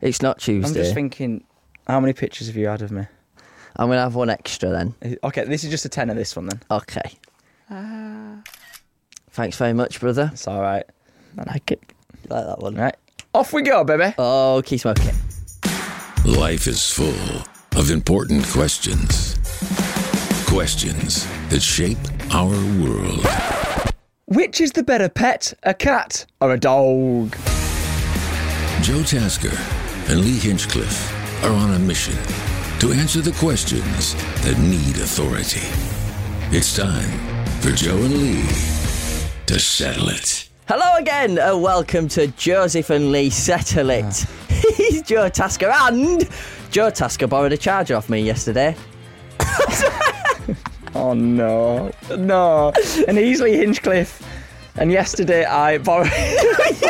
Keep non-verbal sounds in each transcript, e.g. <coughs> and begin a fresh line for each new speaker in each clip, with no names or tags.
It's not
I'm
Tuesday.
just thinking, how many pictures have you had of me?
I'm gonna have one extra then.
Is- Okay, this is just a ten of this one then.
Okay.
Ah.
Thanks very much, brother.
It's all right. I like it.
You like that one?
Right, off we go, baby.
Oh, keep smoking.
Life is full of important questions. Questions that shape our world.
Which is the better pet, a cat or a dog?
Joe Tasker and Lee Hinchcliffe are on a mission to answer the questions that need authority. It's time for Joe and Lee to settle it.
Hello again, and welcome to Joseph and Lee Settle It.
Ah.
<laughs> He's Joe Tasker, and Joe Tasker borrowed a charger off me yesterday.
Oh no,
<laughs>
no! And easily Hinchcliffe. And yesterday I <laughs> borrowed,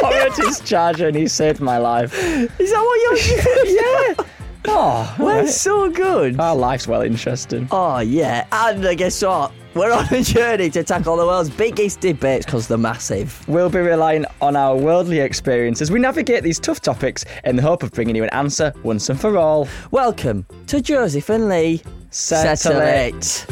borrowed his charger and he saved my life.
Is that what you're?
<laughs> Yeah.
<laughs>
Oh,
well,
alright.
it's so good.
our life's well interesting.
Oh, yeah. And uh, guess what? We're on a journey to tackle the world's biggest debates because they're massive.
We'll be relying on our worldly experience as we navigate these tough topics in the hope of bringing you an answer once and for all.
Welcome to Joseph and Lee
Settle
It.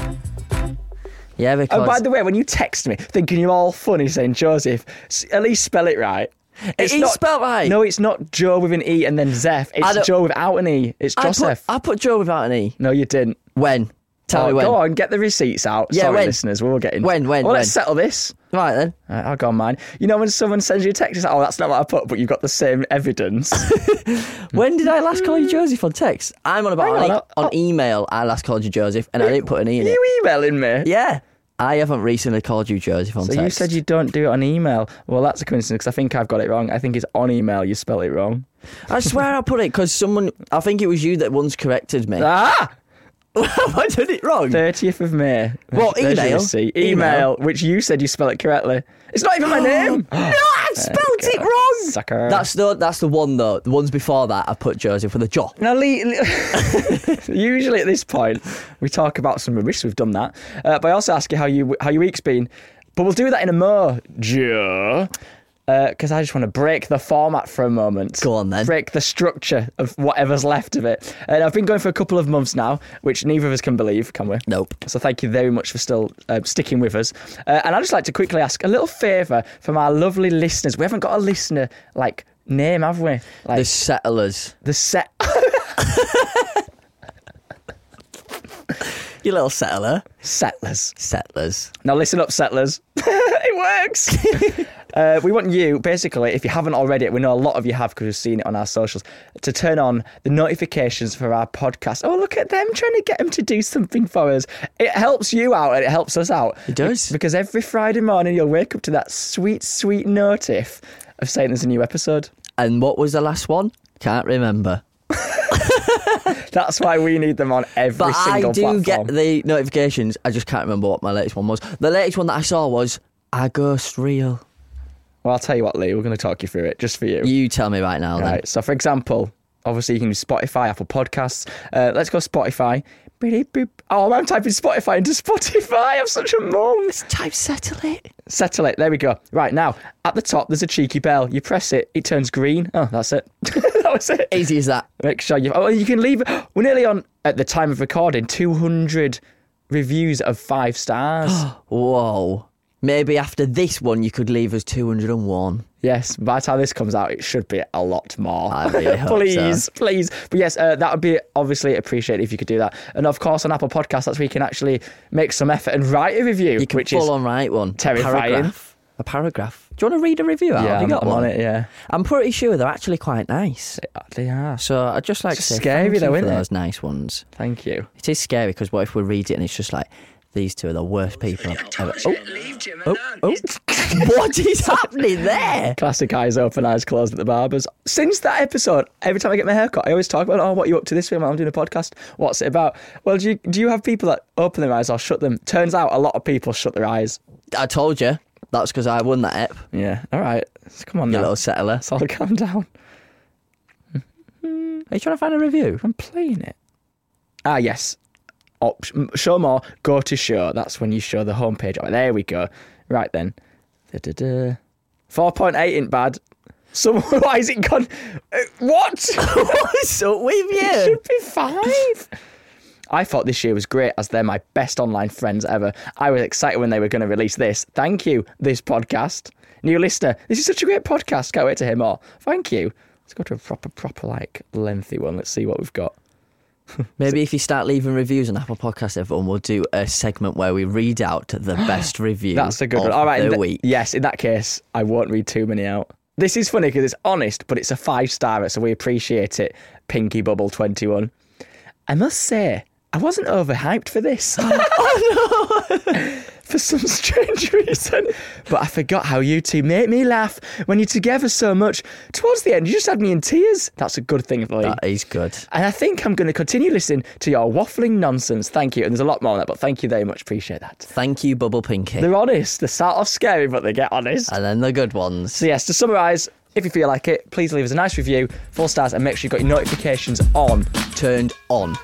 Yeah, because
And by the way, when you text me thinking you're all funny saying Joseph, s- at least spell it right.
is spelled right.
No, it's not Joe with an E and then Zeph.
don't-
It's Joe without an E. It's
I put,
Joseph.
I put Joe without an E.
No, you didn't.
When? Tell
Oh,
me when.
Go on, get the receipts out.
Yeah,
Sorry,
when?
listeners, we'll get in.
When, when,
Well,
when?
let's settle this.
Right then.
All right, I'll go on mine. You know when someone sends you a text, it's like, oh, that's not what I put, but you've got the same evidence.
<laughs> When did I last call you Joseph on text? I'm on about
Hang
on,
on,
e-
I'll-
on
I'll-
email. I last called you Joseph, and I didn't put an E in it.
you emailing me?
Yeah, I haven't recently called you Joseph on
So
text.
you said you don't do it on email. Well, that's a coincidence 'cause I think I've got it wrong. I think it's on email. You spell it wrong.
I swear I put it because someone. I think it was you that once corrected me.
Ah,
Have I done it wrong?
thirtieth of May.
What,
There's your
email?
receipt.
Email.
email? which you said you spell it correctly. It's not
<gasps>
even my name.
no, I've spelled it wrong.
Sucker.
That's the that's the one though. The ones before that, I put Joseph with a jaw.
Now, Lee, Lee- usually at this point, we talk about some rubbish. We've done that, uh, but I also ask you how you how your week's been. But we'll do that in a mo, Joe, because I just want to break the format for a moment.
Go on, then.
Break the structure of whatever's left of it. And I've been going for a couple of months now, which neither of us can believe, can we?
Nope.
So thank you very much for still uh, sticking with us. Uh, and I'd just like to quickly ask a little favour from our lovely listeners. We haven't got a listener like name, have we? Like
The settlers.
the set. <laughs>
You little settler.
settlers.
Settlers.
Now listen up, settlers. <laughs>
<laughs>
it works. uh, we want you, basically, if you haven't already, we know a lot of you have because we've seen it on our socials, to turn on the notifications for our podcast. Oh, look at them trying to get them to do something for us. It helps you out and it helps us out.
It does.
Be- because every Friday morning you'll wake up to that sweet, sweet notif of saying there's a new episode.
And what was the last one? Can't remember.
That's why we need them on every
But I
single
do
platform.
get the notifications. I just can't remember what my latest one was. The latest one that I saw was I Ghost Real.
Well, I'll tell you what, Lee, we're going to talk you through it just for you.
You tell me right now, then.
Right. So, for example, obviously you can use Spotify, Apple Podcasts. Uh, let's go Spotify. Beep, beep. Oh, I'm typing Spotify into <laughs> Spotify. I'm such a mum.
Type settle it.
Settle it. There we go. Right now, at the top, there's a cheeky bell. You press it, it turns green. Oh, that's it. <laughs> that was it.
Easy as that.
Make sure you. Oh, you can leave. We're nearly on at
<gasps>
the time of recording. 200 reviews of five stars. <gasps>
Whoa. Maybe after this one, you could leave us 201.
Yes, by the time this comes out, it should be a lot more.
I
<laughs>
really hope so.
please, please. But yes, uh, that would be obviously appreciated if you could do that. And of course, on Apple Podcasts, that's where you can actually make some effort and write a review,
You can
which
full
is
on write one. A
terrifying.
paragraph. A paragraph. Do you want to read a review out?
yeah,
Have you
I'm,
got
I'm
one?
on it. Yeah,
I'm pretty sure they're actually quite nice.
they are.
So I'd just like
It's
to say
scary
thank
though,
you for
isn't it?
those nice ones.
Thank you.
It is scary because what if we read it and it's just like these two are the worst people I've ever. Oh, oh, oh. <laughs> what is happening there?
Classic eyes open, eyes closed at the barbers. Since that episode, every time I get my haircut, I always talk about, oh, what are you up to this week? I'm doing a podcast. What's it about? Well, do you do you have people that open their eyes or shut them? Turns out a lot of people shut their eyes.
I told you that's because I won that ep.
Yeah. All right. Come on,
You
now.
little settler.
It's all <laughs> calm down.
Are you trying to find a review?
I'm playing it. Ah, yes. Op- show more. Go to show. That's when you show the homepage. Oh, there we go. Right then. Da-da-da. 4.8 ain't bad. So <laughs> why is it gone? Uh,
<laughs>
what?
what is up with
It
you?
should be
<laughs>
five. I thought this year was great as they're my best online friends ever. I was excited when they were going to release this. Thank you, this podcast. New listener, this is such a great podcast. Can't wait to hear more. Thank you. Let's go to a proper, proper, like, lengthy one. Let's see what we've got.
Maybe if you start leaving reviews on Apple Podcasts, everyone will do a segment where we read out
<gasps>
the best review.
That's a good
of
one. All right.
the
in tha-
week.
Yes, in that case, I won't read too many out. This is funny because it's honest, but it's a five star, so we appreciate it. Pinky Bubble 21. I must say, I wasn't overhyped
<laughs>
for this. oh no! <laughs> for some strange reason. But I forgot how you two make me laugh when you're together so much. Towards the end, you just had me in tears. That's a good thing, Lee.
That is good.
And I think I'm going to continue listening to your waffling nonsense. Thank you. And there's a lot more on that, but thank you very much. Appreciate that.
Thank you, Bubble Pinky.
They're honest. They start off scary, but they get honest.
and then the good ones.
So, yes, to summarise, if you feel like it, please leave us a nice review, four stars, and make sure you've got your notifications on.
Turned on.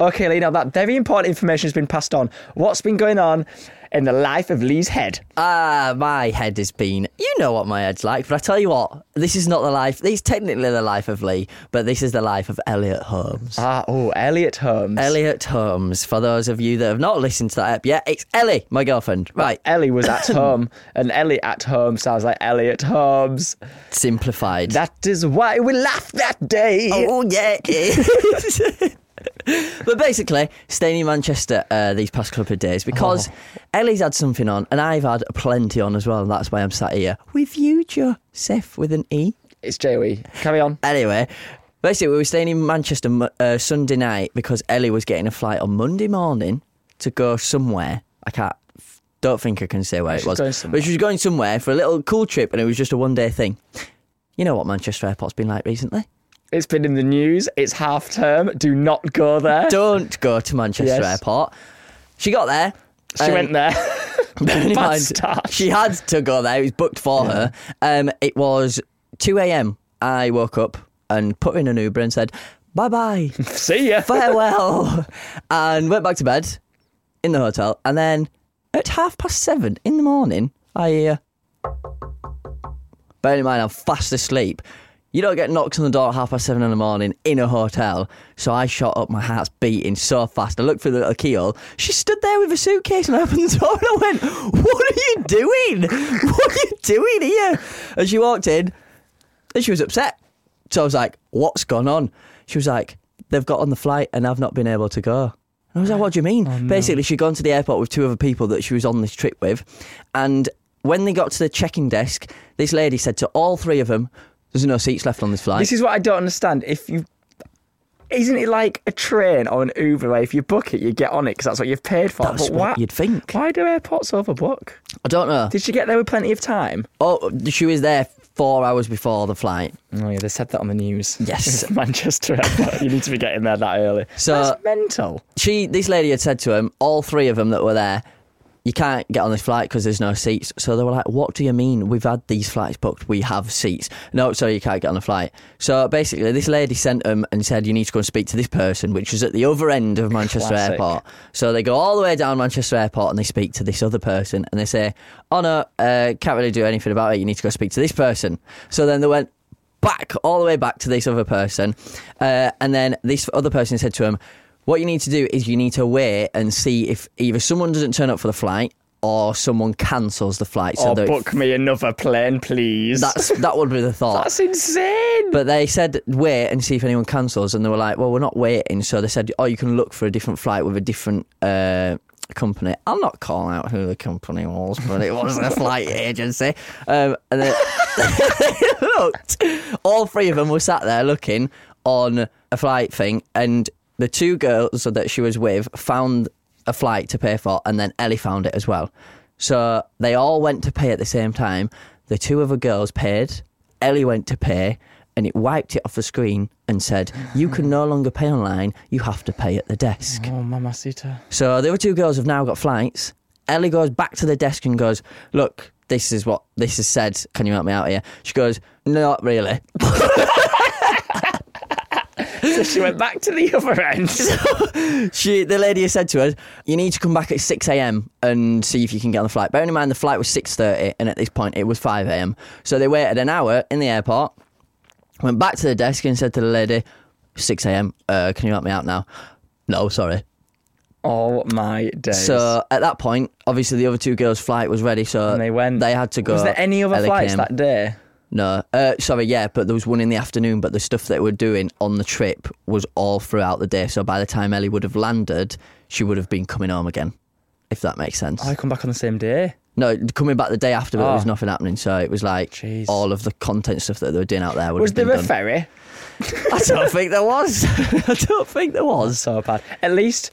Okay, Lee, now that very important information has been passed on. What's been going on in the life of Lee's head?
Ah, my head has been. You know what my head's like, but I tell you what, this is not the life. This is technically the life of Lee, but this is the life of Elliot Holmes.
Ah, oh, Elliot Holmes.
Elliot Holmes. For those of you that have not listened to that app yet, it's Ellie, my girlfriend. Right,
Ellie
<coughs>
was at home, and Ellie at home sounds like Elliot Holmes.
simplified.
That is why we laughed that day.
Oh yeah. it is. <laughs> But basically, staying in Manchester uh, these past couple of days because Ellie's had something on and I've had plenty on as well, and that's why I'm sat here with you, Joseph, with an E.
It's Joey. Carry on.
Anyway, basically, we were staying in Manchester Mo- uh, Sunday night because Ellie was getting a flight on Monday morning to go somewhere. I can't, don't think I can say where it was.
going somewhere.
but she was going somewhere for a little cool trip, and it was just a one day thing. You know what Manchester Airport's been like
<laughs>
recently?
It's been in the news. It's half term. Do not go there.
Don't go to Manchester
Yes.
Airport. She got there. <laughs>
she
and-
went there. <laughs>
Bearing in mind,
Bastard.
she had to go there. It was booked for her. Um, it was 2 a.m. I woke up and put in an Uber and said, bye bye,
See ya.
farewell, and went back to bed in the hotel. And then at half past seven in the morning, I hear, bearing in mind, I'm fast asleep. You don't get knocks on the door at half past seven in the morning in a hotel. So I shot up, my heart's beating so fast. I looked through the little keyhole. She stood there with a suitcase and I opened the door and I went, What are you doing? What are you doing here? And she walked in and she was upset. So I was like, What's gone on? She was like, They've got on the flight and I've not been able to go. And I was like, What do you
Oh,
mean? Basically, she'd gone to the airport with two other people that she was on this trip with. And when they got to the checking desk, this lady said to all three of them, There's no seats left on this flight.
This is what I don't understand. If you isn't it like a train or an Uber? Where if you book it, you get on it because that's what you've paid for.
That's
but
what
why-
you'd think.
Why do airports overbook?
I don't know.
Did she get there with plenty of time?
Oh, she was there four hours before the flight.
Oh yeah, they said that on the news.
Yes.
<laughs> Manchester Airport. <laughs> you need to be getting there that early.
So-
that's mental.
She, this lady had said to him, all three of them that were there, you can't get on this flight because there's no seats. So they were like, what do you mean? We've had these flights booked. We have seats. No, sorry, you can't get on a flight. So basically, this lady sent them and said, you need to go and speak to this person, which is at the other end of Manchester
Classic.
Airport. So they go all the way down Manchester Airport and they speak to this other person and they say, oh no, uh, can't really do anything about it. You need to go speak to this person. So then they went, back all the way back to this other person uh, and then this other person said to him what you need to do is you need to wait and see if either someone doesn't turn up for the flight or someone cancels the flight. So
or
that-
Oh, book me another plane, please.
that's <laughs> that would be the thought.
<laughs> That's insane.
But they said wait and see if anyone cancels, and they were like, "Well, we're not waiting." So they said, "Oh, you can look for a different flight with a different uh, company." I'm not calling out who the company was, but it was
<laughs>
a flight agency. Um, and then they looked. All three of them were sat there looking on a flight thing, and the two girls that she was with found a flight to pay for, and then Ellie found it as well. So they all went to pay at the same time. The two other girls paid. Ellie went to pay and it wiped it off the screen and said, You can no longer pay online, you have to pay at the desk.
oh, mamacita.
So the other two girls have now got flights. Ellie goes back to the desk and goes, Look, this is what this is said. Can you help me out here? She goes, Not really. <laughs>
So <laughs> she went back to the other <laughs> end.
She, the lady has said to us, "You need to come back at six a.m. and see if you can get on the flight." Bearing in mind the flight was six thirty, and at this point it was five a.m. So they waited an hour in the airport, went back to the desk and said to the lady, 6 a.m. Uh, can you help me out now?" No, sorry.
oh my days.
So at that point, obviously the other two girls' flight was ready, so
and they went.
They had to go.
Was there any other
Ellie
flights
came.
that day?
No. Uh, sorry, yeah, but there was one in the afternoon, but the stuff that we're doing on the trip was all throughout the day. So by the time Ellie would have landed, she would have been coming home again, if that makes sense.
Oh, I come back on the same day.
No, coming back the day after, but there was
Oh.
nothing happening. So it was like
Jeez.
all of the content stuff that they were doing out there would
Was
have been
there a
done.
ferry?
<laughs> I don't think there
<laughs>
was. I don't think there was.
So bad. At least,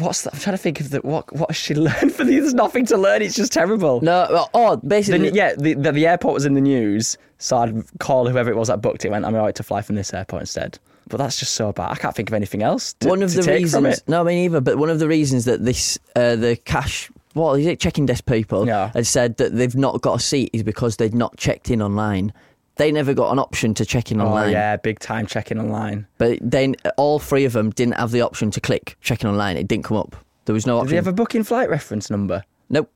what's that? I'm trying to think of the, what what has she <laughs> learned for these? There's nothing to learn. It's just terrible.
No, well, oh, basically,
The, yeah, the, the the airport was in the news, so I'd call whoever it was that booked it. Went, I'm alright to fly from this airport instead. But that's just so bad. I can't think of anything else. To,
one of
to
the
take from
reasons.
it.
No, I mean either. But one of the reasons that this uh, the cash what is it checking desk people
Yeah.
had said that they've not got a seat is because they'd not checked in online. They never got an option to check in
Oh
online.
yeah, big time checking online.
But then all three of them didn't have the option to click check in online. It didn't come up. There was no
Did
option.
they have a booking flight reference number?
nope.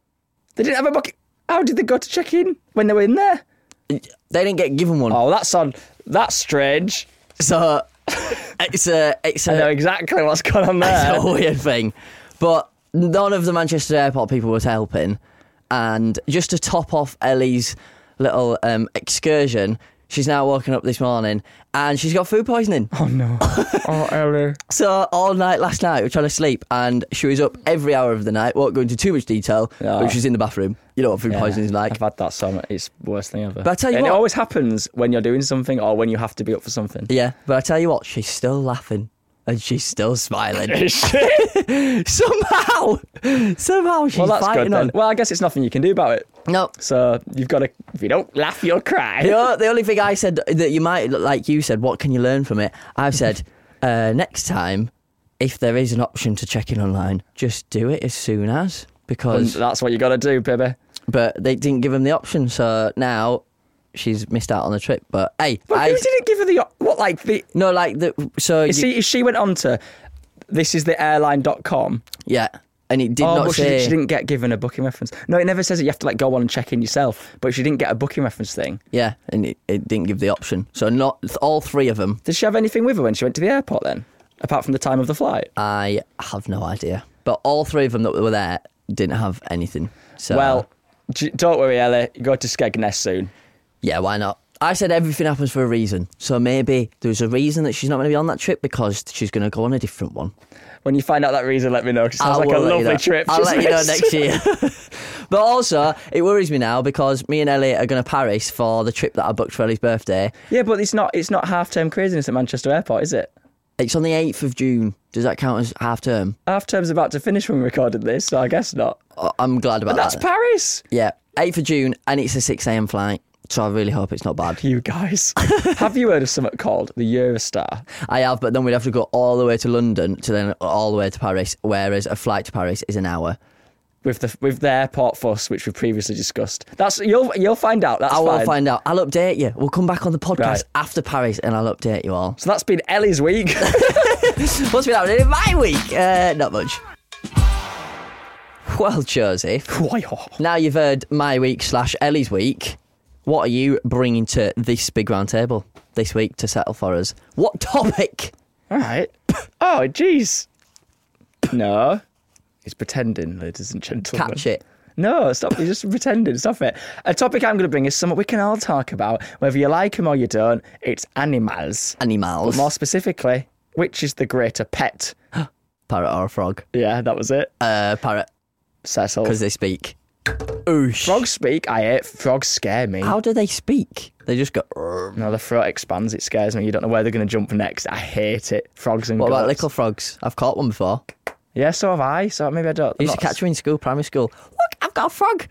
They didn't have a booking. How did they go to check in when they were in there?
They didn't get given one.
Oh, that's on. That's strange.
So <laughs> it's a it's
I know
a,
exactly what's going on there.
<laughs> it's a weird thing, but none of the Manchester Airport people was helping, and just to top off Ellie's little um, excursion, she's now woken up this morning and she's got food poisoning.
Oh no. oh <laughs> Ellie.
So all night last night, we were trying to sleep, and she was up every hour of the night. Won't go into too much detail,
Yeah.
but she's in the bathroom. You know what food poisoning's like.
<laughs> I've had that so much. It's worst thing ever.
But I tell you
and
what-
it always happens when you're doing something or when you have to be up for something.
Yeah, but I tell you what, she's still laughing and she's still smiling. <laughs> somehow, somehow she's
well, that's
fighting
good. Then.
on.
Well, I guess it's nothing you can do about it.
No,
So you've got to. If you don't laugh, you'll cry.
You know, the only thing I said that you might, like you said, what can you learn from it? I've said, uh, next time, if there is an option to check in online, just do it as soon as.
And
Because,
that's what you got to do, baby.
but they didn't give him the option, so now she's missed out on the trip. But hey,
But
I,
who didn't give her the op- what? Like the
no, like the so you,
you see, if she went on to this is the airline.com.
yeah, and it did
oh,
not
but she,
say
didn't- she didn't get given a booking reference. No, it never says that you have to like go on and check in yourself. But she didn't get a booking reference thing.
yeah, and it, it didn't give the option. So not all three of them.
Did she have anything with her when she went to the airport then? Apart from the time of the flight.
I have no idea, but all three of them that were there didn't have anything. So
Well, j- don't worry, Ellie. You go to Skegness soon.
Yeah, why not? I said everything happens for a reason. So maybe there's a reason that she's not going to be on that trip because she's going to go on a different one.
When you find out that reason, let me know. 'cause It sounds
I
like a
will let you
lovely
know.
trip.
I'll
she's
let you know
missed.
next year. <laughs> but also, it worries me now because me and Elliot are going to Paris for the trip that I booked for Ellie's birthday.
Yeah, but it's not. It's not half term craziness at Manchester Airport, is it?
It's on the 8th of June. Does that count as half term?
Half term's about to finish when we recorded this, so I guess not.
I- I'm glad about
That's
that.
Paris.
yeah, 8th of June, and it's a 6 a.m. flight. So I really hope it's not bad.
You guys,
<laughs>
have you heard of something called the Eurostar?
I have, but then we'd have to go all the way to London to then all the way to Paris, whereas a flight to Paris is an hour.
With the with the airport fuss, which we previously discussed. That's you'll you'll find out. That's
I will
fine.
find out. I'll update you. We'll come back on the podcast
Right.
after Paris and I'll update you all.
So that's been Ellie's
<laughs>
week. <laughs>
What's been happening in my week? Uh, not much. Well, Josie,
Why? oh.
now you've heard my week slash Ellie's week. What are you bringing to this big round table this week to settle for us? What topic?
<laughs> All right. Oh, jeez. No. He's pretending, ladies and gentlemen.
Catch it.
No, stop. You're just pretending. Stop it. A topic I'm going to bring is something we can all talk about, whether you like them or you don't. It's animals.
Animals.
But more specifically, which is the greater pet?
parrot or a frog?
Yeah, that was it.
Uh, parrot,
Cecil.
because they speak. Oosh.
Frogs speak. I hate frogs. Scare me.
How do they speak? They just go.
No, the throat expands. It scares me. You don't know where they're going to jump next. I hate it. Frogs and
What about
goats.
little frogs? I've caught one before.
Yeah, so have I. So maybe I don't.
I used to
not-
catch them in school, primary school. Look, I've got a frog.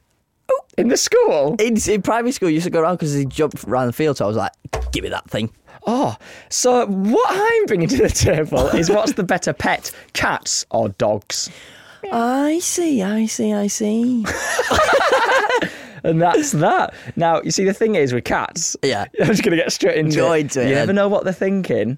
in the school.
In, in primary school, you used to go around because he jumped around the field. So I was like, give me that thing.
Oh, so what I'm bringing to the table is what's the better pet, cats or dogs?
I see, I see, I
<laughs>
see.
And that's that. Now, you see, the thing is with cats,
Yeah.
<laughs> I'm just going to get straight into
Go
it.
into it
You never
then.
know what they're thinking.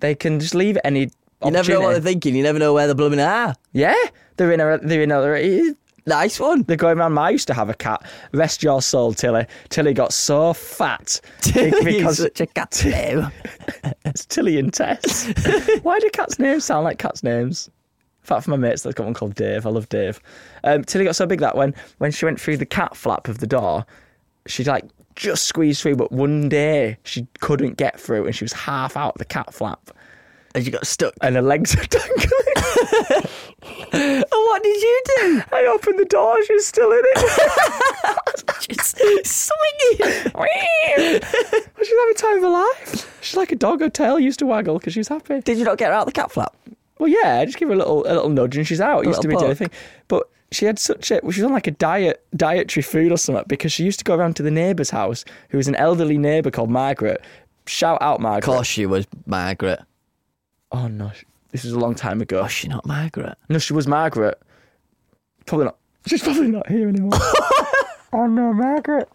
They can just leave any.
You never know what they're thinking. You never know where they're blooming are.
Yeah, they're in a they're in a
Nice one.
They're going around. my- I used to have a cat. Rest your soul, Tilly. Tilly got
<laughs>
so fat
Because
<laughs> because
such a cat's
<laughs>
name.
it's Tilly and Tess. Why do cats' names sound like cats' names? Apart from my mates, they've got one called Dave. I love Dave. Um, Tilly got so big that when when she went through the cat flap of the door, she like just squeezed through. But one day she couldn't get through, and she was half out the cat flap,
And you got stuck.
and her legs were <laughs> dangling.
<laughs> And what did you do?
I opened the door. She was still in it.
<laughs> Just swing it.
She's having time of her life. She's like a dog. Her tail used to waggle because she was happy.
Did you not get her out the cat flap?
Well, yeah, just give her a little a little nudge and she's out. It used to be
little
doing a
poke.
thing, but she had such a she was on like a diet dietary food or something because she used to go around to the neighbour's house who was an elderly neighbour called Margaret. Shout out Margaret!
Of course she was Margaret.
Oh no, sh- this was a long time ago.
Was Oh, she not Margaret?
No, she was Margaret. Probably not. She's probably not here <laughs> anymore. oh no, Margaret!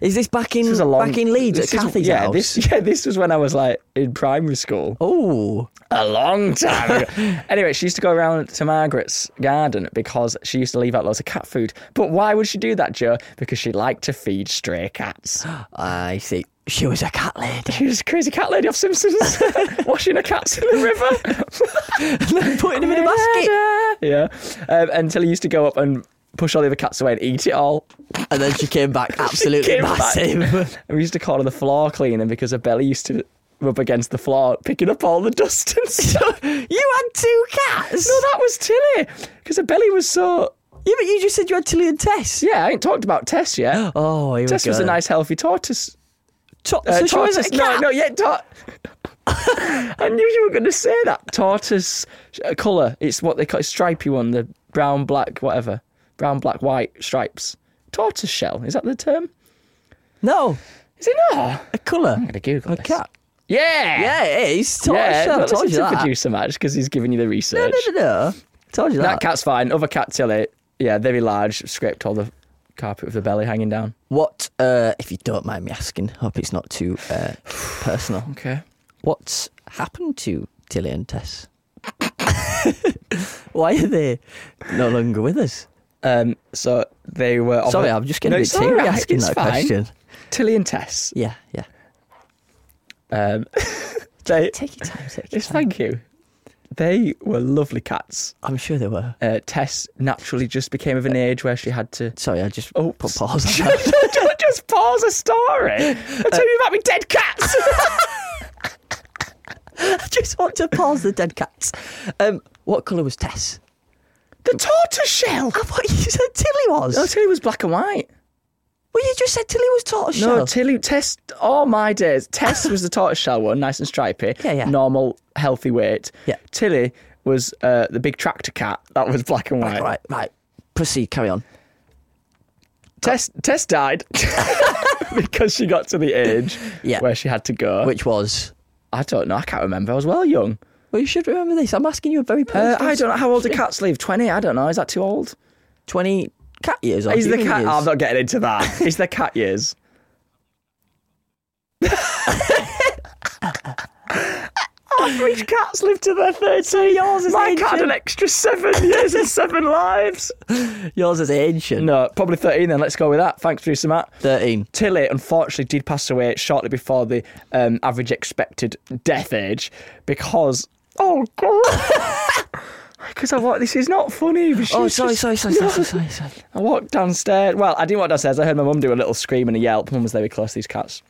Is this back in
This was a long
back in Leeds at
this is-
Kathy's
yeah,
house?
This, <laughs> yeah, this was when I was like in primary school.
<laughs> Oh,
a long time ago. <laughs> anyway, she used to go around to Margaret's garden because she used to leave out loads of cat food. But why would she do that, Joe? Because she liked to feed stray cats.
<gasps> I see. She was a cat lady.
She was a crazy cat lady off Simpsons, <laughs> washing her cats in the river.
<laughs> Putting him in a basket.
<laughs> yeah. Um, until he used to go up and push all the other cats away and eat it all.
And then she came
<laughs>
back absolutely
came back.
massive.
And we used to call her the floor cleaner because her belly used to rub against the floor, picking up all the
<laughs>
dust and stuff. no,
You had two cats.
that was Tilly because her belly was so.
Yeah, but you just said you had Tilly and Tess.
Yeah, I ain't talked about Tess yet.
<gasps> Oh, here
Tess
we go.
was a nice, healthy tortoise.
To-
uh,
so she was a
tortoise-
cat.
No, no, yeah, tor- <laughs> I knew you were going to say that. Tortoise uh, colour. It's what they call it's stripy one, the brown, black, whatever. Brown, black, white stripes. Tortoise shell. Is that the term?
no,
Is it not?
a colour. I'm
gonna Google
a
this.
cat.
Yeah.
Yeah, it is. Told
Yeah,
you, I
not
told
listen
you
to
that.
producer Match because he's giving you the research.
No, no, no, no. Told you
That
that.
cat's fine. Other cat tilly. Yeah, very large. Scraped all the carpet with the belly hanging down.
What, uh, if you don't mind me asking, hope it's not too uh, personal.
Okay.
What's happened to Tilly and Tess? <laughs> Why are they no longer with us?
Um, so they were. of
Sorry,
a-
I'm just getting a
Oh, No,
bit
it's
teary
alright,
asking
it's
that
fine.
question.
Tilly and Tess.
Yeah, yeah. <laughs>
Um, they,
Take your time, take your
yes,
time.
thank you. They were lovely cats.
I'm sure they were.
Uh, Tess naturally just became of an age where she had
<laughs>
to. <laughs>
Sorry, I just
Oh,
put pause
<laughs>
on that.
Don't just pause a story.
Uh,
And tell me about me
<laughs>
dead cats.
I just want to pause the dead cats. Um, what colour was Tess?
the tortoise shell.
I thought you said Tilly was.
No, Tilly was black and white.
well, you just said Tilly was tortoiseshell.
No, Tilly, Tess, all my days. Tess was the tortoise shell one, nice and stripy.
<laughs> Yeah, yeah.
Normal, healthy weight.
Yeah.
Tilly was uh, the big tractor cat. That was black and white.
right, right, right. Proceed, carry on.
Tess, Tess died <laughs> because she got to the age
<laughs> Yeah.
where she had to go.
Which was.
I don't know. I can't remember. I was well young.
Well, you should remember this. I'm asking you a very personal.
Uh, I don't know. How old do cats live? 20? I don't know. Is that too old?
20 cat years or
Is the
human
cat. oh,
years?
I'm not getting into <laughs> that. Is the cat years? Average cats live to their 30.
Yours is
My cat had
ancient.
an extra seven years and seven lives.
Yours is ancient.
No, probably 13 then. Let's go with that. Thanks, producer Matt.
13.
Tilly unfortunately did pass away shortly before the um, average expected death age because oh god <laughs> Because I walked, this is not funny. but
Oh,
she's
sorry,
just-
sorry, sorry,
<laughs> No.
sorry, sorry, sorry, sorry.
I walked downstairs. Well, I didn't walk downstairs. I heard my mum do a little scream and a yelp. Mum was very close to these cats.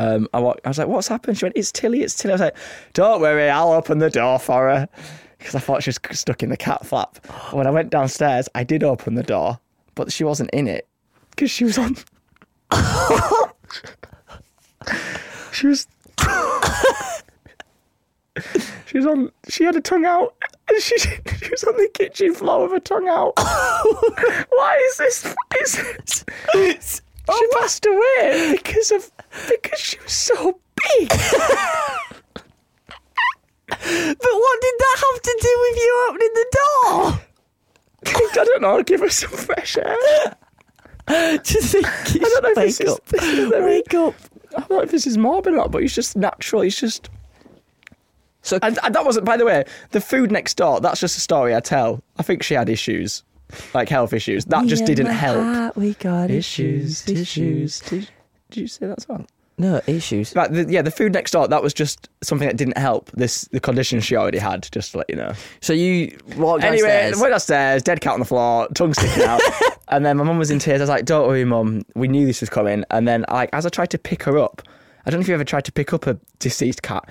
Um, I, walked, I was like, what's happened? She went, it's Tilly, it's Tilly. I was like, don't worry, I'll open the door for her. Because I thought she was stuck in the cat flap. When I went downstairs, I did open the door, but she wasn't in it because
<laughs>
she was on. she was. <laughs> she was on. She had a tongue out. And she, she was on the kitchen floor with her
<laughs>
tongue out. Why is this? Why is this? she passed away because of because she was so
<laughs>
big.
But what did that have to do with you opening <laughs> the door?
I don't know. Give her some fresh air.
<laughs>
I
Do you
<laughs>
think you
don't know if this
wake
is,
up?
this is I mean,
Wake up.
I don't know if this is morbid or not, but he's just natural. He's just.
So
And, and that wasn't, by the way, the food next door. That's just a story I tell. I think she had issues, like health issues. That just didn't help.
we got
Did you say that song?
No issues.
Like the, yeah, the food next door. That was just something that didn't help. This the condition she already had. Just to let you know.
So you walked
Anyway,
downstairs.
went upstairs, dead cat on the floor, tongue
<laughs>
sticking out. and then my mum was in tears. I was like, don't worry, mum. We knew this was coming. And then, like, as I tried to pick her up, I don't know if you ever tried to pick up a deceased cat.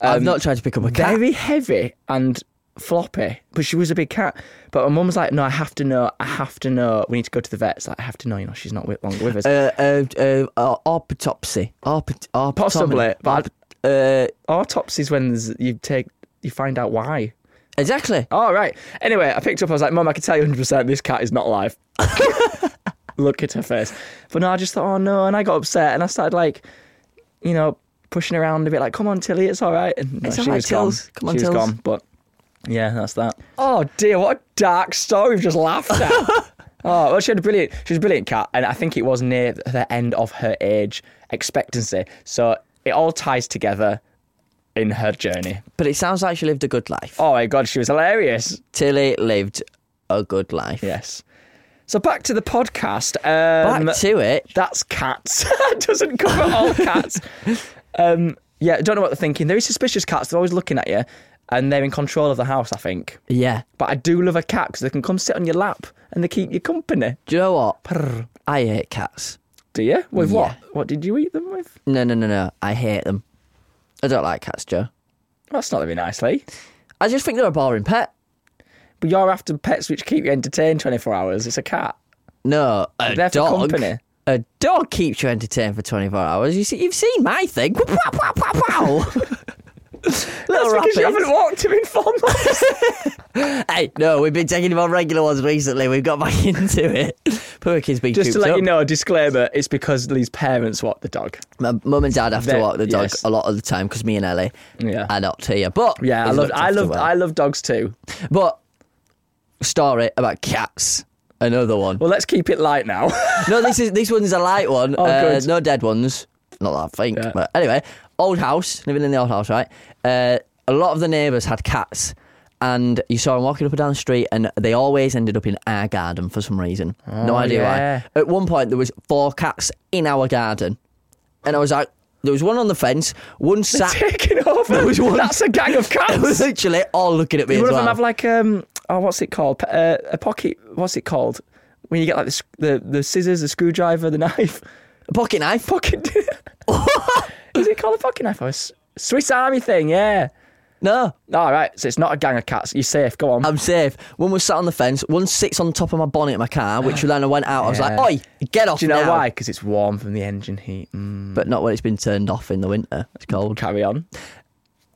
I've
um,
not tried to pick up a cat.
Very heavy and floppy, but she was a big cat. But my mum was like, no, I have to know. I have to know. We need to go to the vets. Like, I have to know, you know, she's not with, longer with us.
Uh, uh, uh, uh, autopsy. Arpet- arpetomy.
Possibly, but-
Arp- uh,
Autopsies when there's- you take, you find out why.
exactly.
All right. Anyway, I picked up. I was like, Mum, I can tell you 100% this cat is not alive. <laughs> Look at her face. But no, I just thought, oh no. And I got upset and I started like, you know, pushing around a bit, like, come on, Tilly, it's all right. And no,
It's
she
all right,
was
Tills.
gone.
Come on,
she
Tills.
was gone. But yeah, that's that. Oh dear, what a dark story we've just laughed at. <laughs> oh, well, she had a brilliant, she was a brilliant cat. And I think it was near the end of her age expectancy. So it all ties together in her journey.
But it sounds like she lived a good life.
Oh my God, she was hilarious.
Tilly lived a good life.
Yes. So back to the podcast.
Back
Um,
to it.
that's cats. <laughs> Doesn't cover all cats. Um, yeah, don't know what they're thinking. They're suspicious cats. They're always looking at you, and they're in control of the house. I think.
Yeah.
But I do love a cat because they can come sit on your lap and they keep you company.
Do you know what? I hate cats.
Do you? With what?
Yeah.
What did you eat them with?
No, no, no, no. I hate them. I don't like cats, Joe.
That's not very nicely.
I just think they're a boring pet.
But you're after pets which keep you entertained 24 hours. It's a cat.
No, a
They're for
dog.
company.
A dog keeps you entertained for 24 hours. You see, you've seen my thing. Wow, wow, wow, wow.
<laughs>
Little
That's because you
rabbits.
haven't walked him in four months.
Hey, no, we've been taking him on regular ones recently. We've got back <laughs> into it. Poor kid's been
Just to
cooped
let
up.
you know, disclaimer: it's because Lee's parents walked the dog.
My mum and dad have to
They-
walk the dog
yes.
a lot of the time because me and Ellie
Yeah.
are not here. But
Yeah, I
he's
love,
looked
I
after
love,
well.
I love dogs too.
But story about cats. Another one.
Well, let's keep it light now. <laughs>
no, this is this one's a light one.
Oh,
uh,
good.
no dead ones. Not that I think.
Yeah.
But anyway, old house, living in the old house, right? Uh, a lot of the neighbours had cats. And you saw them walking up and down the street, and they always ended up in our garden for some reason. no idea
Oh, yeah.
why. At one point, there was four cats in our garden, and I was like, there was one on the fence, one sat,
<laughs> Taking over.
There was one-
That's a gang of
They were
cats.
literally all looking at me.
One
as
of them
well.
have like um, oh, what's it called? P- Uh, a pocket. What's it called? When you get like the sc- the, the scissors, the screwdriver, the <laughs> knife.
a pocket knife.
Pocket. <laughs> Is it called a pocket knife or a s- Swiss Army thing? Yeah.
No,
All right. So it's not a gang of cats. You're safe. Go on.
I'm safe. One was sat on the fence. One sits on top of my bonnet in my car, which then I went out. I was
Yeah.
like, "Oi, get off!"
Do you know
now."
why? Because it's warm from the engine heat. Mm.
But not when it's been turned off in the winter. It's cold.
Carry on.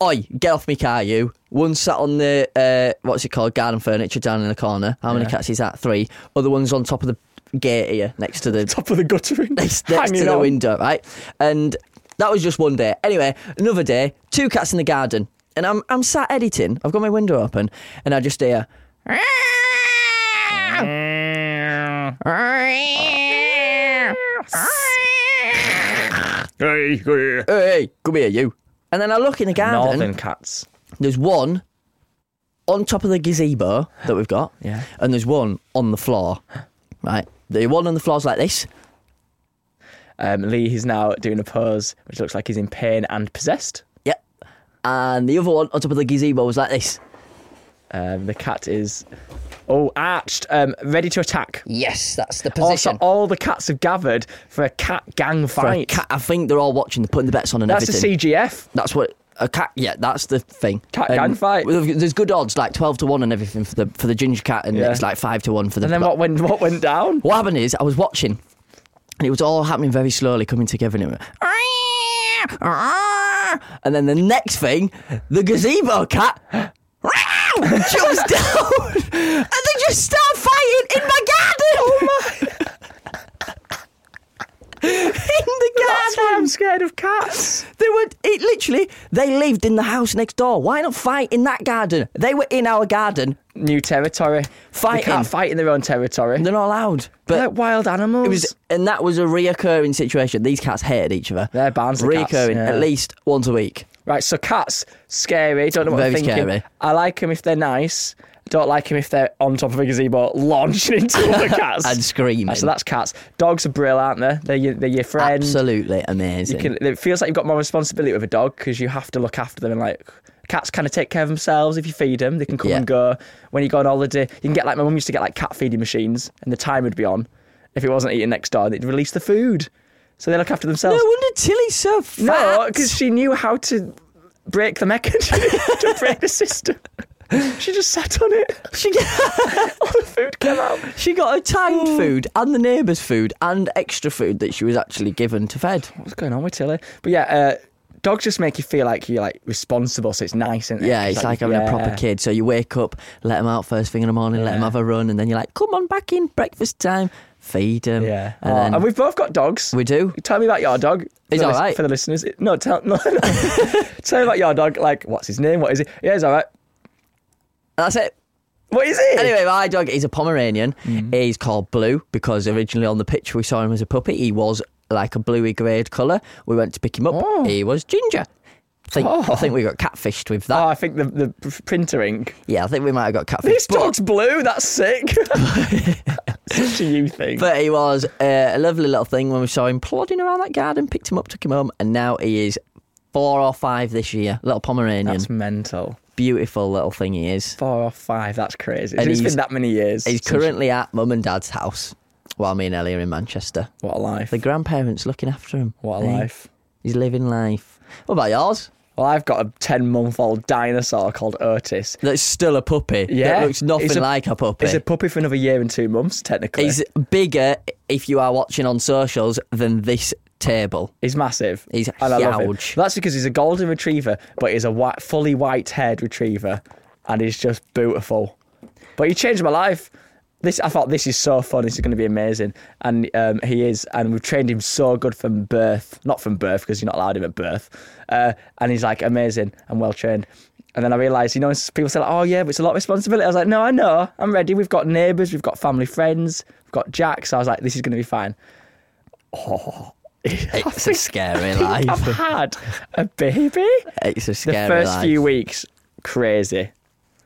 Oi, get off me car, you. One sat on the uh, what's it called? Garden furniture down in the corner. How many cats is that? Three. Other one's on top of the gate here, next to the
<laughs> Top of the guttering.
next, next to
Hanging
the
on.
window, right? And that was just one day. Anyway, another day, two cats in the garden, and I'm I'm sat editing. I've got my window open, and I just hear. Hey, come here, you. And then I look in the garden.
Northern cats.
There's one on top of the gazebo that we've got,
Yeah.
and there's one on the floor, right? The one on the floor's like this.
Um, Lee is now doing a pose which looks like he's in pain and possessed.
Yep. And the other one on top of the gazebo was like this.
Um, the cat is oh arched, um, ready to attack.
Yes, that's the
Also,
position.
all the cats have gathered for a cat gang
For a
fight.
cat- I think they're all watching. They're putting the bets on and
That's
everything.
a CGF.
That's what a cat. Yeah, that's the thing.
Cat gang fight.
well, There's good odds, like twelve to one and everything for the for the ginger cat, and
Yeah.
it's like five to one for the.
And then what went what went
<laughs>
down?
What happened is I was watching, and it was all happening very slowly, coming together, and it went. And then the next thing, the gazebo cat jumps <laughs> down, and they just start fighting in my garden. Oh my! <laughs> in the garden.
That's why I'm scared of cats.
They were it literally. They lived in the house next door. Why not fight in that garden? They were in our garden.
New territory.
Fighting.
They can't fight in their own territory.
They're not allowed. But
They're like wild animals.
it was, and that was a reoccurring situation. These cats hated each other.
They're bands of
Reoccurring
cats, yeah.
at least once a week.
Right, so cats, scary. Don't know what I'm
Very
thinking.
scary.
I like them if they're nice. Don't like them if they're on top of a gazebo launching into
<laughs>
other cats
And screaming.
Uh, So that's cats. Dogs are brilliant, aren't they? They're your, they're your friend.
Absolutely amazing.
You can, it feels like you've got more responsibility with a dog because you have to look after them and like. Cats kind of take care of themselves if you feed them. They can come
Yeah.
and go. When you go on holiday, you can get like my mum used to get like cat feeding machines, and the timer would be on if it wasn't eating next door. They'd release the food, so they look after
no
themselves.
wonder Tilly's so fat.
No, because she knew how to break the mechanism <laughs> to break the system. She just sat on it.
<laughs> she got,
All the food came out.
she got her timed food and the neighbour's food and extra food that she was actually given to fed.
What's going on with Tilly? But yeah, uh, dogs just make you feel like you're like responsible, so it's nice, isn't it?
Yeah, it's like having a proper
yeah.
kid. So you wake up, let them out first thing in the morning, let them have a run, and then you're like, come on back in, breakfast time, feed them.
Yeah,
And
Aw,
then
Oh, and we've both got dogs.
we do.
Tell me about your dog. For
He's
the
all
lis-
right.
for the listeners. No, tell <laughs> no, no. tell me about your dog. Like, what's his name? What is it? Yeah, he's all right.
That's it.
What is Mm-hmm. it?
Anyway, my dog is a Pomeranian. He's called Blue because originally on the picture we saw him as a puppy, he was like a bluey greyed colour. We went to pick him up.
Oh.
He was ginger. I think, I think we got catfished with that.
Oh, I think the the pr- printer ink.
yeah, I think we might have got catfished.
This
but-
dog's blue.
<laughs>
That's sick. Such a you thing.
But he was uh, a lovely little thing when we saw him plodding around that garden, picked him up, took him home, and now he is four or five this year. Little Pomeranian.
That's mental.
Beautiful little thing he is.
Four or five. That's crazy.
And
it's
he's-
been that many years.
He's
since-
currently at mum and dad's house while me and Ellie are in Manchester.
What a life.
The grandparents looking after him.
What a
Hey,
life.
He's living life. What about yours?
Well, I've got a 10 month old dinosaur called Otis.
That's still a puppy.
Yeah.
That looks
He's
nothing
a-
like a puppy.
He's a puppy for another year and two months, technically.
He's
He's,
bigger, if you are watching on socials, than this table.
massive.
He's
and I love him.
huge.
That's because he's a golden retriever, but he's a white, fully white haired retriever, and he's just beautiful. But he changed my life. This I thought this is so fun. This is going to be amazing, and um, he is. And we've trained him so good from birth, not from birth because you're not allowed him at birth. Uh, and he's like amazing and well trained. And then I realised, you know, people say, like, "Oh yeah, but it's a lot of responsibility." I was like, "No, I know. I'm ready. We've got neighbours, we've got family friends, we've got Jack." So I was like, "This is going to be fine." Oh,
It's a scary
<laughs> I've
life.
had a baby.
It's a
The
scary
first
life.
few weeks, crazy.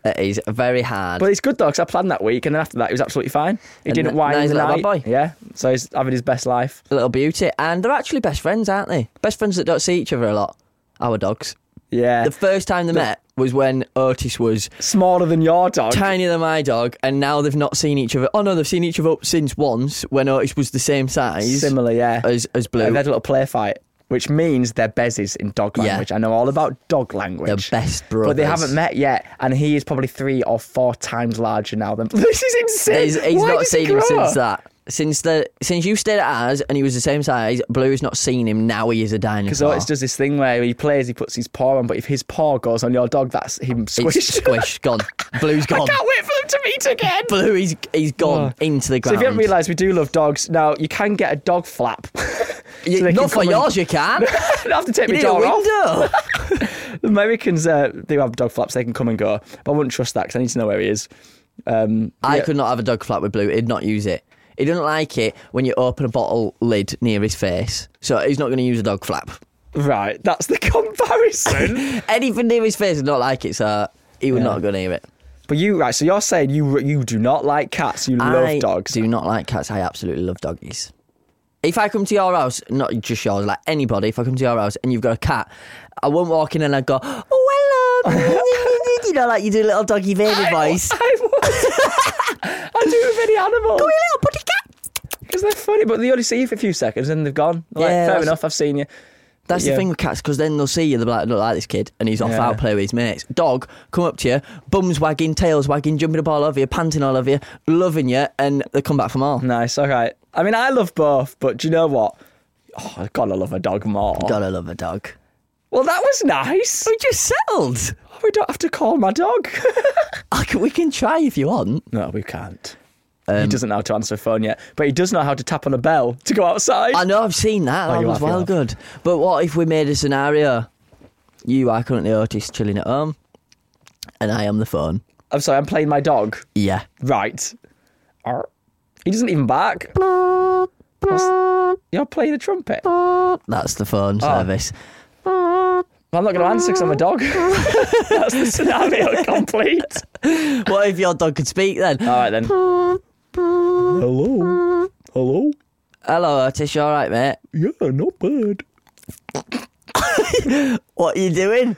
It is very hard.
But it's good though, because I planned that week, and then after that, he was absolutely fine. He
And
didn't
th-
whine.
now he's a
the
little bad
night.
boy.
Yeah, so he's having his best life.
little beauty. And they're actually best friends, aren't they? Best friends that don't see each other a lot. Our dogs.
Yeah,
The first time they met was when Otis was
smaller than your dog.
tinier than my dog, and now they've not seen each other. Oh no, they've seen each other since once when Otis was the same size.
Similar, yeah.
As, as Blue.
They had a little play fight, which means they're bezzies in dog
Yeah.
language. I know all about dog language.
They're best
But they
brothers.
haven't met yet, and he is probably three or four times larger now than. <laughs> This is insane.
He's, he's
Why
not
does he
seen him
grow
since
up?
that. Since the since you stayed at ours and he was the same size, Blue has not seen him. Now he is a
Because
dinosaur.
Otis does this thing where he plays, he puts his paw on, but if his paw goes on your dog, that's him squished.
It's squish gone. Blue's
<laughs> I
gone.
can't wait for them to meet again.
Blue is he's gone into the
So
ground.
if you haven't realised, we do love dogs. Now you can get a dog flap. <laughs>
You-
So they can
not for
come and- <laughs>
yours, you can.
I don't have to take
you
my
need a
door off.
window.
<laughs> The Americans uh, they have dog flaps. They can come and go. But I wouldn't trust that because I need to know where he is. Um,
I could not have a dog flap with Blue. He'd not use it. He doesn't like it when you open a bottle lid near his face, so he's not going to use a dog flap.
right, that's the <laughs> comparison.
Anything near his face, he'd not like it, so he would
Yeah.
not go near it.
but you right, so you're saying you you do not like cats. You
I
love dogs.
Do not like cats. I absolutely love doggies. If I come to your house, not just yours, like anybody, if I come to your house and you've got a cat, I won't walk in and I go, oh hello. You know, like you do a little doggy baby
<laughs>
voice.
<laughs> I was. I do with any animal.
Come here, little buddy cat.
Because they're funny, but they only see you for a few seconds and they've gone. Like,
Yeah,
fair
that's-
enough, I've seen you.
That's
Yeah.
the thing with cats, because then they'll see you, they'll be like, look like this kid, and he's off
Yeah.
out playing with his mates. Dog, come up to you, bums wagging, tails wagging, jumping up all over you, panting all over you, loving you, and they come back from all.
Nice, all right. I mean, I love both, but do you know what? Oh, I gotta love a dog more.
Gotta love a dog.
Well, that was nice.
We just settled.
Oh, we don't have to call my dog. <laughs>
I can, we can try if you want.
no, we can't. he doesn't know how to answer a phone yet, but he does know how to tap on a bell to go outside.
I know I've seen that.
Oh,
That
you
was
have, you
well
have.
good. But what if we made a scenario? You are currently Otis chilling at home, and I am the phone.
I'm sorry, I'm playing my dog.
Yeah.
Right. Arr. He doesn't even bark. What's- You're playing a trumpet. Well,
That's the
Oh.
phone service.
I'm not going to answer because I'm a dog. <laughs> That's the scenario <laughs> complete.
what if your dog could speak then?
All right then. Hello. Hello.
Hello, Otis, you alright, mate?
Yeah, not bad.
What are you doing?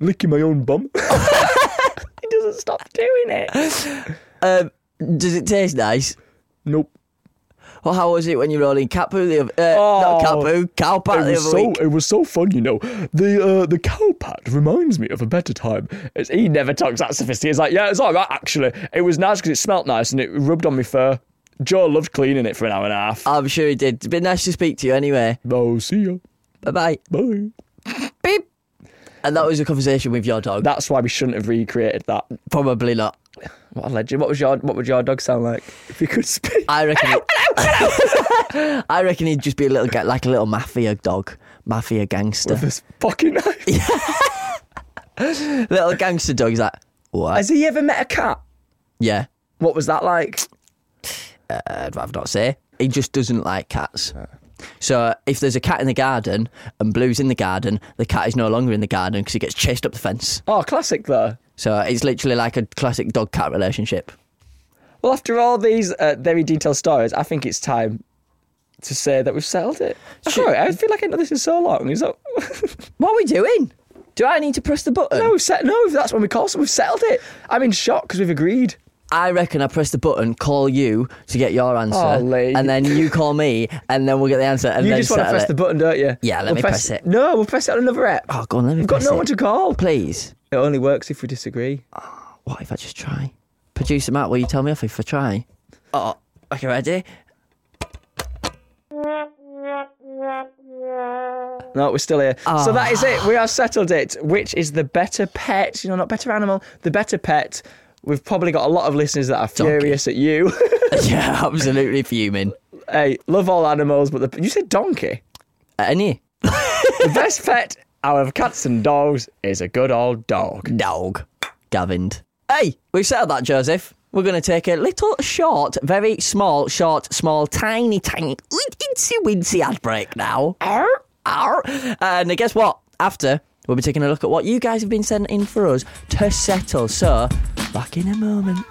Licking my own bum. <laughs> he doesn't stop doing it.
Does it taste nice?
Nope.
Well, how was it when you were rolling cat poo the other uh,
Oh.
not cat poo, cow pat the other
It was so
week?
it was so fun, you know. The uh, the cow pat reminds me of a better time. It's, he never talks that sophisticated. He's like, yeah, it's all right actually. It was nice because it smelt nice and it rubbed on my fur. Joe loved cleaning it for an hour and a half.
I'm sure he did. It's been nice to speak to you anyway.
oh, see ya.
Bye bye.
Bye.
Beep. And that was a conversation with your dog.
That's why we shouldn't have recreated that.
Probably not.
What a legend. What was your What would your dog sound like if he could speak?
I
<laughs>
reckon. it- <laughs> I reckon he'd just be a little ga- like a little mafia dog, mafia
<laughs>
gangster,
This fucking knife.
little gangster dog. He's like, what?
Has he ever met a cat?
yeah,
What was that like?
I'd rather not say. He just doesn't like cats. So if there's a cat in the garden and Blue's in the garden, the cat is no longer in the garden because he gets chased up the fence.
Oh, classic though.
So it's literally like a classic dog cat relationship.
Well, after all these uh, very detailed stories, I think it's time to say that we've settled it. Sorry, I feel like I know this is so long. Is that... <laughs>
What are we doing? Do I need to press the button?
no, oh, we've set... no, that's when we call. So we've settled it. I'm in shock because we've agreed.
I reckon I press the button, call you to get your answer,
Oh, Lee.
and then you call me, and then we'll get the answer. And
you
then
just want to
settle
press
it.
the button, don't you?
Yeah, let
We'll
me press it.
No, we'll press it on another app.
Oh, go on, let me.
we've got
press
no
it.
one to call.
Please.
It only works if we disagree.
What if I just try? Producer Matt, will you tell me off if I try? Oh, okay, ready?
No, we're still here. So that is it. We
Ah.
have settled it. Which is the better pet? You know, not better animal, the better pet. We've probably got a lot of listeners that are
Donkey.
furious at you.
<laughs>
<laughs>
yeah, absolutely fuming.
hey, love all animals, but the, you said donkey.
Any
The best pet out of cats and dogs is a good old dog.
dog, Gavind. Hey, we've settled that, Joseph. We're going to take a little short, very small, short, small, tiny, tiny, wincy, wincy ad break now. Arr, arr. And uh, guess what? After, we'll be taking a look at what you guys have been sent in for us to settle. So, back in a moment.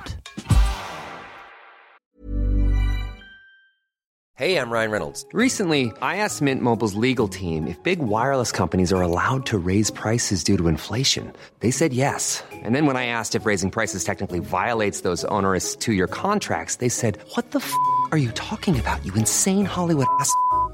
Hey, I'm Ryan Reynolds. Recently, I asked Mint Mobile's legal team if big wireless companies are allowed to raise prices due to inflation. They said yes. And then when I asked if raising prices technically violates those onerous two year contracts, they said, What the f are you talking about, you insane Hollywood ass? f-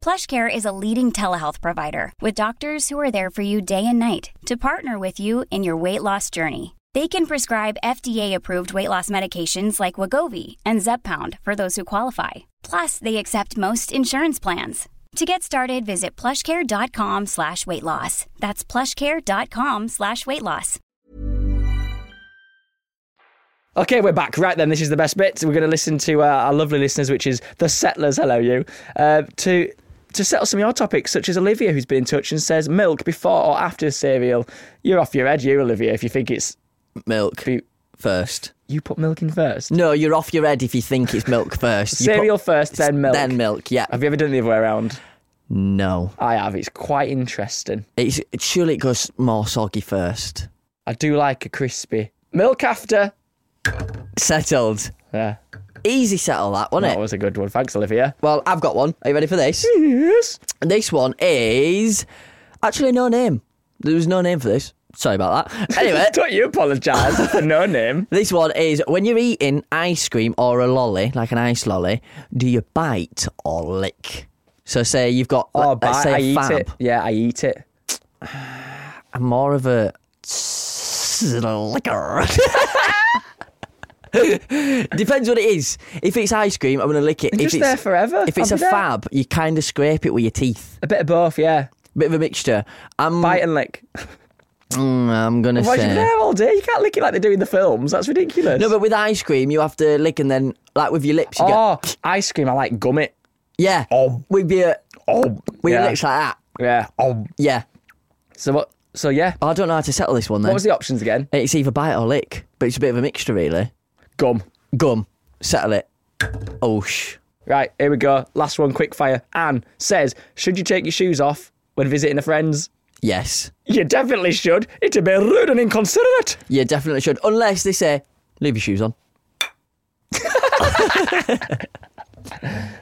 PlushCare is a leading telehealth provider with doctors who are there for you day and night to partner with you in your weight loss journey. They can prescribe FDA-approved weight loss medications like Wagovi and Zepbound for those who qualify. Plus, they accept most insurance plans. To get started, visit plushcare.com slash weight loss. That's plushcare.com slash weight loss.
Okay, we're back. Right then, this is the best bit. We're going to listen to uh, our lovely listeners, which is the settlers. Hello, you. Uh, to to settle some of your topics, such as Olivia, who's been in touch and says milk before or after cereal. You're off your head, you Olivia. If you think it's
Milk
you,
first.
you put milk in first,
No, you're off your head if you think it's
<laughs>
milk first. You put-
cereal first, then milk. Um,
Then milk, yeah.
Have you ever done it the other way around?
No.
I have. It's quite interesting.
It's, surely it goes more soggy first.
I do like a crispy milk after.
Settled.
Yeah,
Easy settle that, wasn't
that
it?
was a good one. Thanks, Olivia.
Well, I've got one. Are you ready for this? Yes. This one is actually no name. There was no name for this. Sorry about
<laughs>
that. Anyway,
Don't you apologise for no
<laughs>
name.
this one is when you're eating ice cream or a lolly, like an ice lolly, do you bite or lick? So say you've got
Oh,
let- let's
but
say
I
a
eat
fab.
it. Yeah, I eat it.
I'm more of a licker. <laughs> Depends what it is. If it's ice cream, I'm gonna lick it.
They're
if
just
it's,
there forever.
If it's
I'll
a
be there.
fab, you kind of scrape it with your teeth.
A bit of both, yeah.
Bit of a mixture. I'm.
Bite and lick.
Mm, I'm gonna
Why is you
Hmm. say.
there all day? You can't lick it like they do in the films. That's ridiculous.
No, but with ice cream, you have to lick and then, like with your lips, you go.
oh, ice cream. I like gum it.
Yeah.
Oh.
With your
Oh,
with
yeah.
your lips like that.
yeah. Oh,
Yeah.
so what? So yeah.
I don't know how to settle this one then.
What was the options again?
It's either bite or lick, but it's a bit of a mixture really.
Gum.
Gum. Settle it. Oh, Osh.
Right, here we go. Last one, quick fire. Anne says, should you take your shoes off when visiting a friend's?
Yes.
You definitely should. It'd be rude and inconsiderate.
You definitely should, unless they say leave your shoes on.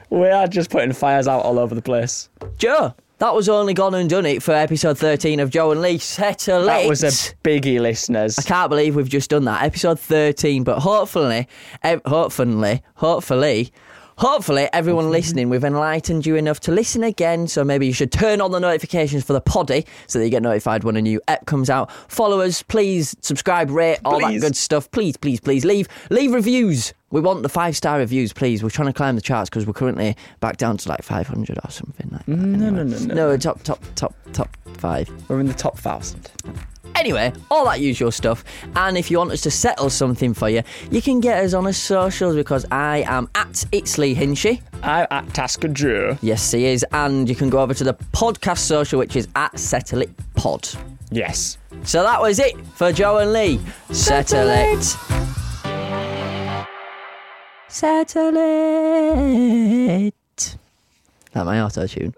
We are just putting fires out all over the place.
Joe. That was only gone and done it for episode 13 of Joe and Lee. Settle
That was a
it.
biggie, listeners.
I can't believe we've just done that. Episode 13, but hopefully, ev- hopefully, hopefully, hopefully, everyone listening, we've enlightened you enough to listen again. So maybe you should turn on the notifications for the poddy so that you get notified when a new ep comes out. Follow us, please subscribe, rate, all
Please.
that good stuff. Please, please, please leave leave reviews. We want the five star reviews, please. We're trying to climb the charts because we're currently back down to like 500 or something like that. No,
no, no, no.
No, top, top, top, top five.
We're in the top thousand.
Anyway, all that usual stuff. And if you want us to settle something for you, you can get us on our socials because I am at It's Lee Hinchy.
I'm at Tasker Drew.
Yes, he is. And you can go over to the podcast social, which is at Settle It Pod.
Yes.
So that was it for Joe and Lee. Settle it. Settle it. Is That my auto tune.